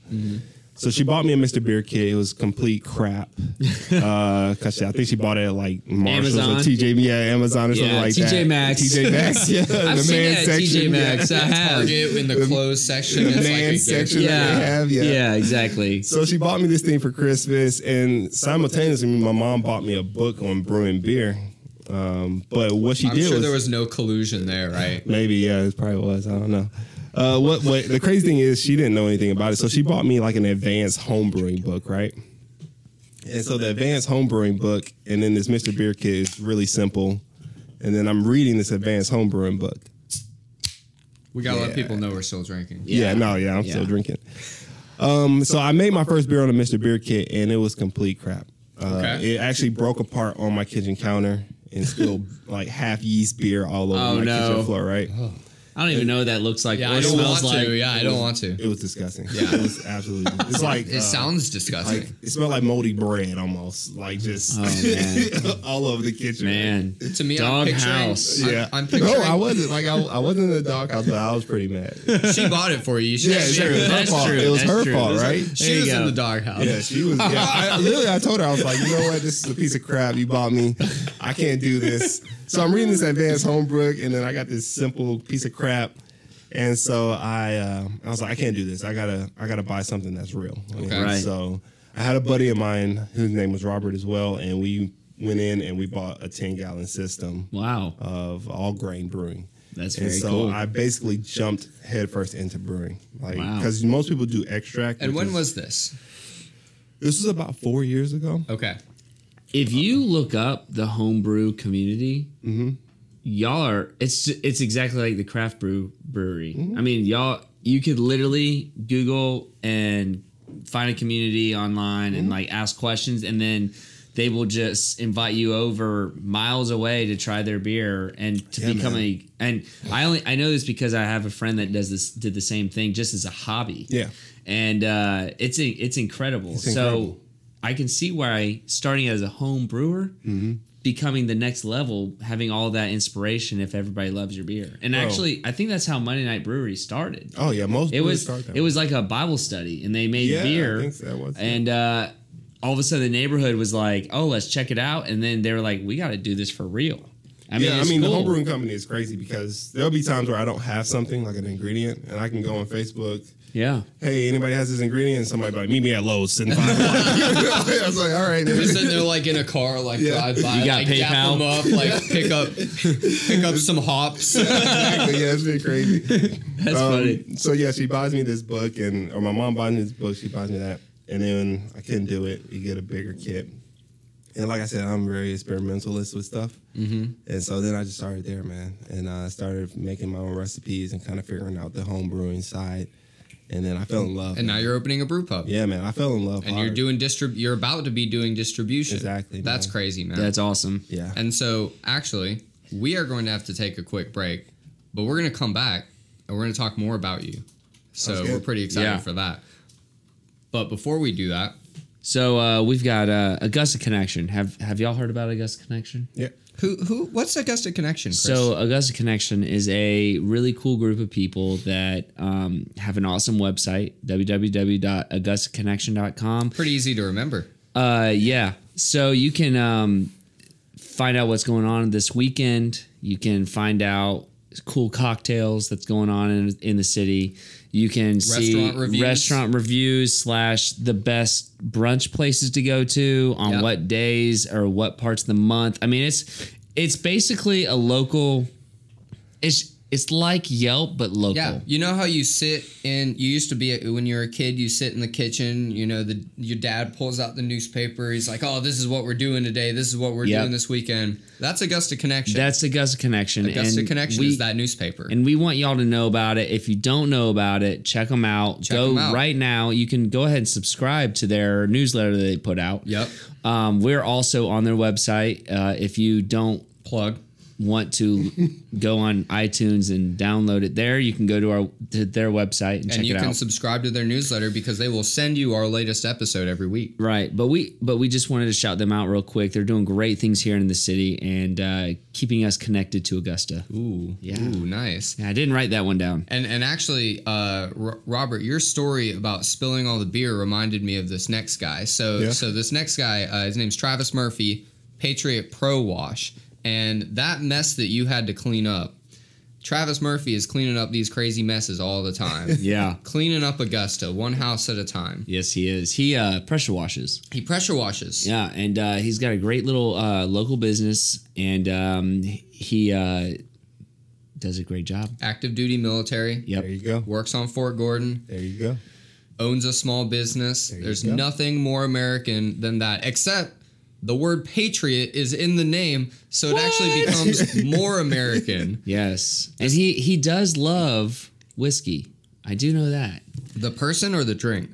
So she bought me a Mr. Beer kit. It was complete crap. Uh, cause she- I think she bought it at like Marshalls Amazon? or TJ, yeah, Amazon or something Yeah, like TJ that. Maxx. TJ Maxx, yeah. I've the seen man it at section, TJ Maxx. Yeah. I have. Yeah. target in the closed section? It's The like man a- section that they Yeah. have, yeah. exactly. So she bought me this thing for Christmas, and simultaneously, my mom bought me a book on brewing beer. Um, but what she I'm did sure was, there was no collusion there, right? maybe yeah, it probably was. I don't know. Uh, what what the crazy thing is, she didn't know anything about it, so she bought me like an advanced homebrewing book, right? And so the advanced homebrewing book, and then this Mr. Beer Kit is really simple. And then I'm reading this advanced homebrewing book. We gotta let Yeah. people know we're still drinking. Yeah, no, yeah, I'm Yeah. still drinking. Um, so I made my first beer on a Mr. Beer Kit, and it was complete crap. Uh, Okay. It actually broke apart on my kitchen counter and spilled like half yeast beer all over Oh, my no. Oh. kitchen floor. Right? I don't even know what that looks like Yeah, or I don't smells want like. to. Yeah, I don't want to. It was disgusting. Yeah, it was absolutely. It's like It uh, sounds like disgusting. it smelled like moldy bread almost, like just Oh, all over the kitchen. Man. to me, Dog I'm picturing, house. I'm, Yeah, I'm picturing. No, I wasn't. Like I, I wasn't in the dark house, but I was pretty mad. She bought it for you. You should- Yeah, she, sure. It was her That's fault. true. It was That's her true. fault, That's right? she There you was in go. the doghouse. Yeah, she was. Yeah, I, literally, I told her I was like, you know what, this is a piece of crap you bought me. I can't do this. So I'm reading this advanced homebrook, and then I got this simple piece of crap, and so I, uh, I was like, I can't do this. I gotta, I gotta buy something that's real. Okay. Right. So I had a buddy of mine whose name was Robert as well, and we went in and we bought a 10 gallon system Wow. of all grain brewing. That's and very so cool. I basically jumped headfirst into brewing, like Wow. because most people do extract. And which when is- was this? this was about four years ago? Okay. If you look up the homebrew community, Mm-hmm. y'all are it's it's exactly like the craft brew brewery. Mm-hmm. I mean, y'all you could literally Google and find a community online Mm-hmm. and like ask questions, and then they will just invite you over miles away to try their beer and to Yeah, become man. a. And I only I know this because I have a friend that does this did the same thing just as a hobby. Yeah. and uh, it's it's incredible. So incredible. I can see why starting as a home brewer, Mm-hmm. becoming the next level, having all that inspiration if everybody loves your beer. And actually, I think that's how Monday Night Brewery started. Oh yeah, most It was it was like a Bible study, and they made Yeah, I beer. think so, that was it. and uh, all of a sudden, the neighborhood was like, "Oh, let's check it out," and then they were like, "We got to do this for real." I mean, yeah, I it's mean cool. the homebrewing company is crazy because there'll be times where I don't have something like an ingredient, and I can go on Facebook. Yeah, Hey, anybody has this ingredient? And somebody be like, meet me at Lowe's and five. I was like, all right. Just sitting there, like in a car, like Yeah. drive by, You got like dap PayPal? them up, like pick up, pick up some hops. exactly. Yeah, it's been crazy. that's Um, funny. So yeah, she buys me this book, and or my mom buys me this book. She buys me that, and then I couldn't do it. You get a bigger kit, and like I said, I'm very experimentalist with stuff, mm-hmm. and so then I just started there, man, and I started making my own recipes and kind of figuring out the home brewing side, and then I fell in love. And now you're opening a brew pub. yeah, man, I fell in love. And you're hard. doing distrib. You're about to be doing distribution. Exactly, That's man. crazy, man. That's awesome. yeah. And so, actually, we are going to have to take a quick break, but we're going to come back and we're going to talk more about you. So, Sounds good. we're pretty excited Yeah. for that. But before we do that, So uh, we've got uh, Augusta Connection. Have Have y'all heard about Augusta Connection? yeah. who who what's Augusta Connection? Chris? So Augusta Connection is a really cool group of people that um, have an awesome website, www.augustaconnection.com. pretty easy to remember. Uh, yeah. So you can um, find out what's going on this weekend. You can find out cool cocktails that's going on in, in the city. You can see Restaurant reviews. restaurant reviews slash the best brunch places to go to on Yeah. what days or what parts of the month. I mean, it's it's basically a local. It's It's like Yelp but local. Yeah, you know how you sit in. You used to be a, when you were a kid. You sit in the kitchen. You know the your dad pulls out the newspaper. He's like, "Oh, this is what we're doing today. This is what we're Yep. doing this weekend." That's Augusta Connection. That's Augusta Connection. Augusta and Connection we- is that newspaper. And we want y'all to know about it. If you don't know about it, check them out. go 'em out. right now. You can go ahead and subscribe to their newsletter that they put out. Yep. Um, we're also on their website. Uh, if you don't Plug. want to go on iTunes and download it there, you can go to our to their website and, check and you it can out. subscribe to their newsletter because they will send you our latest episode every week. Right, but we but we just wanted to shout them out real quick. They're doing great things here in the city and uh, keeping us connected to Augusta. Ooh, Yeah. Ooh, nice. Yeah, I didn't write that one down. And and actually, uh, R- Robert, your story about spilling all the beer reminded me of this next guy. So Yeah. so this next guy, uh, his name's Travis Murphy, Patriot Pro Wash, and that mess that you had to clean up. Travis Murphy is cleaning up these crazy messes all the time. Yeah. Cleaning up Augusta, one house at a time. Yes, he is. He uh, pressure washes. He pressure washes. Yeah, and uh, he's got a great little uh, local business, and um, he uh, does a great job. Active duty military. There you go. Works on Fort Gordon. There you go. owns a small business. you There's go. nothing more American than that, except the word patriot is in the name, so it actually becomes more American. Yes, and he he does love whiskey. I do know that. The person or the drink?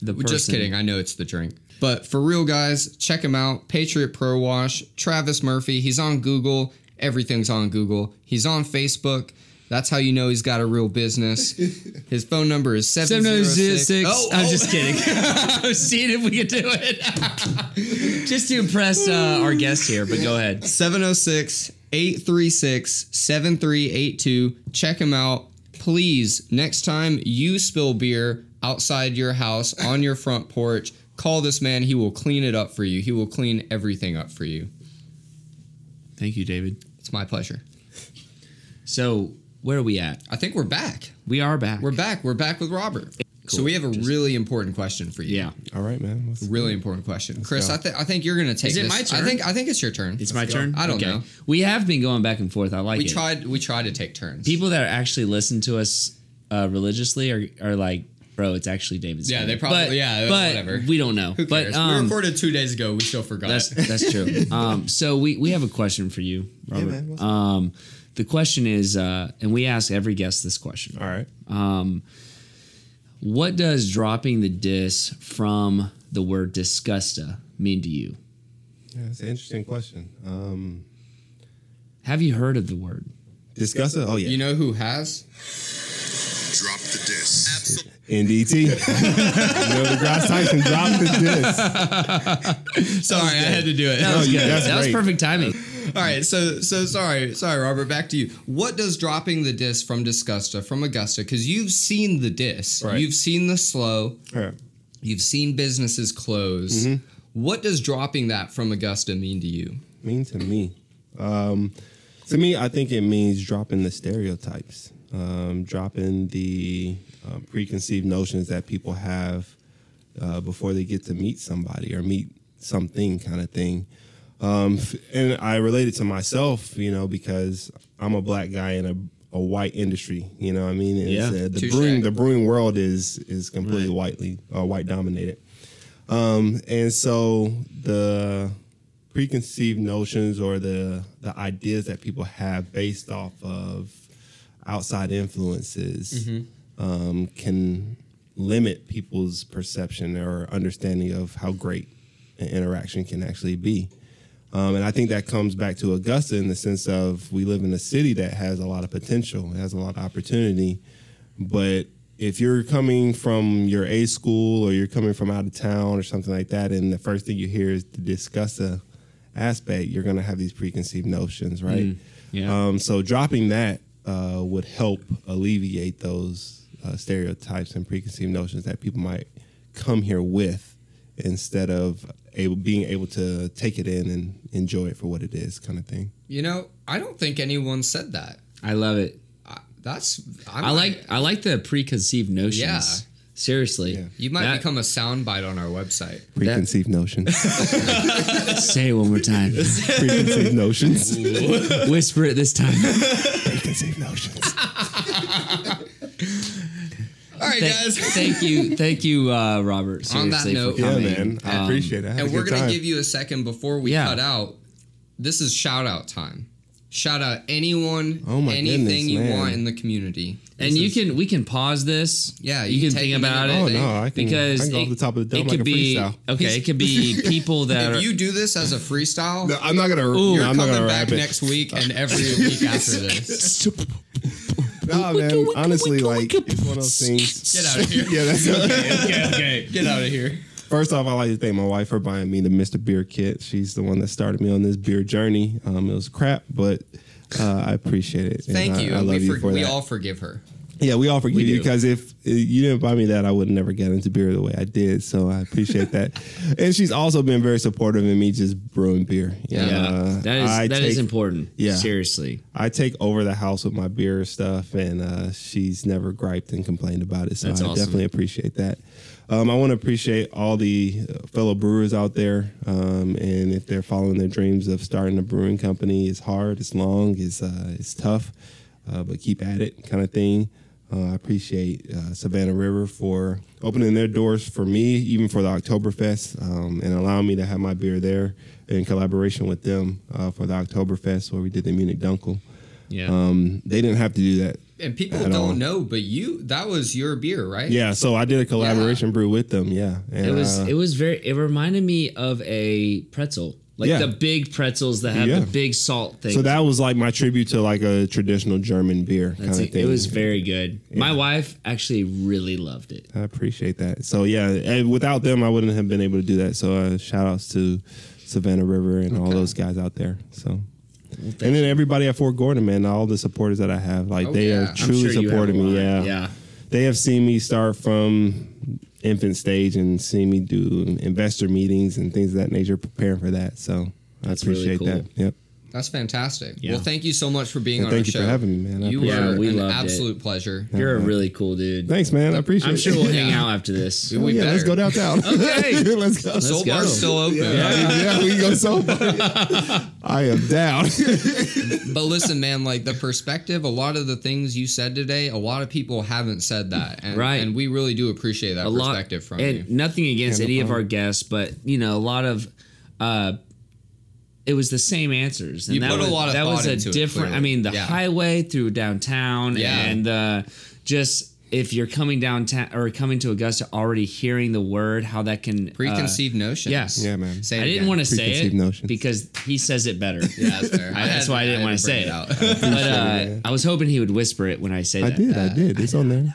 The Just person- kidding. I know it's the drink. But for real, guys, check him out. Patriot Pro Wash, Travis Murphy. He's on Google. Everything's on Google. He's on Facebook. That's how you know he's got a real business. His phone number is 706. 7006. Oh, I'm oh. just kidding. I was seeing if we could do it. just to impress uh, our guest here, but go ahead. 706 836 7382. Check him out. Please, next time you spill beer outside your house on your front porch, call this man. He will clean it up for you. He will clean everything up for you. Thank you, David. It's my pleasure. So, where are we at? I think we're back. We are back. We're back. We're back with Robert. So we have a really important question for you. Yeah. All right, man. Let's- Really important question. Chris, go. I, th- I think you're going to take Is it this. my I turn? think I think it's your turn. It's my turn. I don't know. We have been going back and forth. I like We it. tried we tried to take turns. People that actually listen to us uh, religiously are, are like, bro, it's actually David's. Yeah, turn." they probably- But- yeah, but whatever. We don't know. Who but cares? we um, recorded 2 days ago. We still forgot. that's that's true. um, so we we have a question for you, Robert. man, what's um, the question is, uh, and we ask every guest this question: All right. What does dropping the dis from the word disgusta mean to you? Yeah, that's an interesting question. Um, Have you heard of the word? discuss it. Oh yeah. You know who has? Drop the disc. NDT. Neil deGrasse Tyson dropped the disc. Sorry, I had to do it. was That's you- good. that's that was great. perfect timing. All right, so so sorry, sorry, Robert. Back to you. What does dropping the disc from Disgusta from Augusta? Because you've seen the disc, Right. you've seen the slow, All right. you've seen businesses close. What does dropping that from Augusta mean to you? mean to me? Um, to me, I think it means dropping the stereotypes, um, dropping the uh, preconceived notions that people have uh, before they get to meet somebody or meet something kind of thing. Um, f- and I relate it to myself, you know, because I'm a black guy in a, a white industry. You know, what I mean, It's, Yeah. uh, the Touche. brewing the brewing world is is completely whitely uh, white dominated. Um, and so the preconceived notions or the the ideas that people have based off of outside influences um, can limit people's perception or understanding of how great an interaction can actually be. Um, and I think that comes back to Augusta in the sense of we live in a city that has a lot of potential, it has a lot of opportunity. But if you're coming from your A school or you're coming from out of town or something like that, and the first thing you hear is the discussa aspect, you're going to have these preconceived notions, right? yeah. Um, so dropping that uh, would help alleviate those uh, stereotypes and preconceived notions that people might come here with instead of able, being able to take it in and enjoy it for what it is, kind of thing. You know, I don't think anyone said that. I love it. I, that's I'm I like I like the preconceived notions. Yeah. Seriously. Yeah. You might That- become a soundbite on our website. Preconceived notions. Say it one more time. preconceived notions. Whisper it this time. preconceived notions. All right, Thank- guys. thank you, thank you, uh, Robert. On that seriously, for note- yeah, coming. man. I Um, appreciate it. I had a and we're good gonna time. give you a second before we Yeah. cut out. This is shout out time. Shout out anyone, Oh my anything goodness, you man. want in the community. And you can we can pause this. Yeah, you, you can can take think a minute about it off. Oh no, I can, because I can go off the top of the dome it like could a be freestyle. okay. It could be people that If are you do this as a freestyle, No, I'm not gonna. you're no, I'm not coming gonna back rap it. next week and every week after this. Nah, man. Honestly, like it's one of those things. Get out of here. Yeah, that's okay, okay. Get out of here. First off, I like to thank my wife for buying me the Mr. Beer kit. She's the one that started me on this beer journey. Um, it was crap, but uh, I appreciate it. and Thank I, you. I and love we you for- for we that. all forgive her. yeah, we all forgive you do. because if uh, you didn't buy me that, I would have never got into beer the way I did. So I appreciate that. And she's also been very supportive in me just brewing beer. yeah. Uh, that is I that is take, important. Yeah. seriously. I take over the house with my beer stuff, and uh, she's never griped and complained about it. So That's I awesome. definitely appreciate that. Um, I want to appreciate all the uh, fellow brewers out there, um, and if they're following their dreams of starting a brewing company, it's hard, it's long, it's uh, it's tough, uh, but keep at it, kind of thing. Uh, I appreciate uh, Savannah River for opening their doors for me, even for the Oktoberfest, um, and allowing me to have my beer there in collaboration with them uh, for the Oktoberfest, where we did the Munich Dunkel. Yeah. Um, they didn't have to do that. And people At don't all. know, but you that was your beer, right? Yeah, so I did a collaboration brew with them. Yeah, and, it was uh, it was very it reminded me of a pretzel. Like Yeah. the big pretzels that have Yeah. the big salt thing. so that was like my tribute to like a traditional German beer kind That's of it. thing. It was very good. My wife actually really loved it. I appreciate that. So yeah, and without them, I wouldn't have been able to do that. So uh, shout outs to Savannah River and all those guys out there. So. and then everybody at Fort Gordon, man, all the supporters that I have, like Oh, they yeah. are I'm I'm truly sure you have supporting a me. lot. Yeah. Yeah. they have seen me start from infant stage and seen me do investor meetings and things of that nature, preparing for that. So That's I really appreciate cool. that. Yep. That's fantastic. Yeah. Well, thank you so much for being And on thank our you for show. having me, man. I You appreciate were it. Yeah, we an loved it. absolute pleasure. You're a really cool dude. Thanks, man. I appreciate I'm it. sure we'll hang Yeah. out after this. We- we yeah, let's better. go downtown. Okay. let's go. Let's Soul go. bar's still open. yeah, we can go so far. I am down. But listen, man, like the perspective, a lot of the things you said today, a lot of people haven't said that. And, Right. And we really do appreciate that a lot perspective from and you. nothing against Yeah, no any of our guests, but you know, a lot of uh it was the same answers. And You that put a was, lot of that thought was a into it, different I clearly. mean the Yeah. highway through downtown Yeah. and uh just if you're coming downtown or coming to Augusta already hearing the word, how that can uh, Preconceived notions. yes. Yeah, man. Say I it didn't again. want to say it Preconceived notions. because he says it better. Yeah, that's fair. I, that's had- why I didn't had want to to say bring it. out. But uh, I was hoping he would whisper it when I say I that. did. I did. It's on there.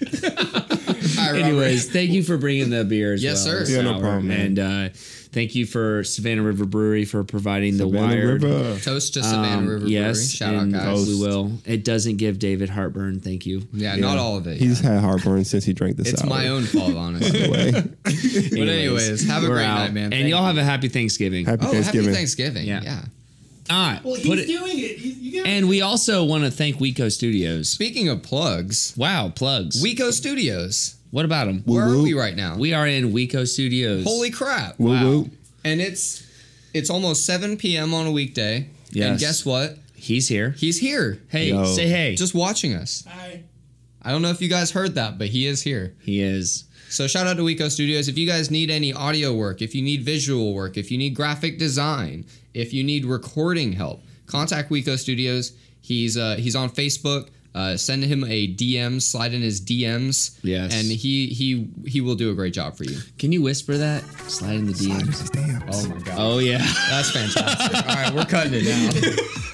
Hi, Robert. Anyways, thank you for bringing the beer as Yes, well. sir. It's Yeah, no sour. problem, man. And uh, thank you for Savannah River Brewery for providing the Savannah wire. River. Toast to Savannah River um, yes, Brewery. Shout out, and guys. we will. It doesn't give David heartburn. Thank you. Yeah, not all of it. He's yeah. had heartburn since he drank this. It's my own fault, honestly. Way. Happy but anyways, have a We're great out. night, man. And Thank y'all you. have a happy Thanksgiving. Oh, Thanksgiving. happy Thanksgiving. Yeah. Yeah. All right, Well, put he's it- doing it. You, you got and we also want to thank Wico Studios. Speaking of plugs, Wow, plugs. Wico Studios. what about them? Where are woo. we right now? We are in Wico Studios. Holy crap. Woo Wow. woo. And it's it's almost 7 p.m. on a weekday. Yes. And guess what? he's here. He's here. Hey, Yo. say hey. Just watching us. Hi. I don't know if you guys heard that, but he is here. he is. So shout out to Wico Studios. If you guys need any audio work, if you need visual work, if you need graphic design, if you need recording help, contact Wico Studios. He's uh, he's on Facebook. Uh, send him a DM. Slide in his DMs. Yes. And he he he will do a great job for you. Can you whisper that? Slide in the DMs. Oh my god. Oh yeah. That's fantastic. All right, we're cutting it now.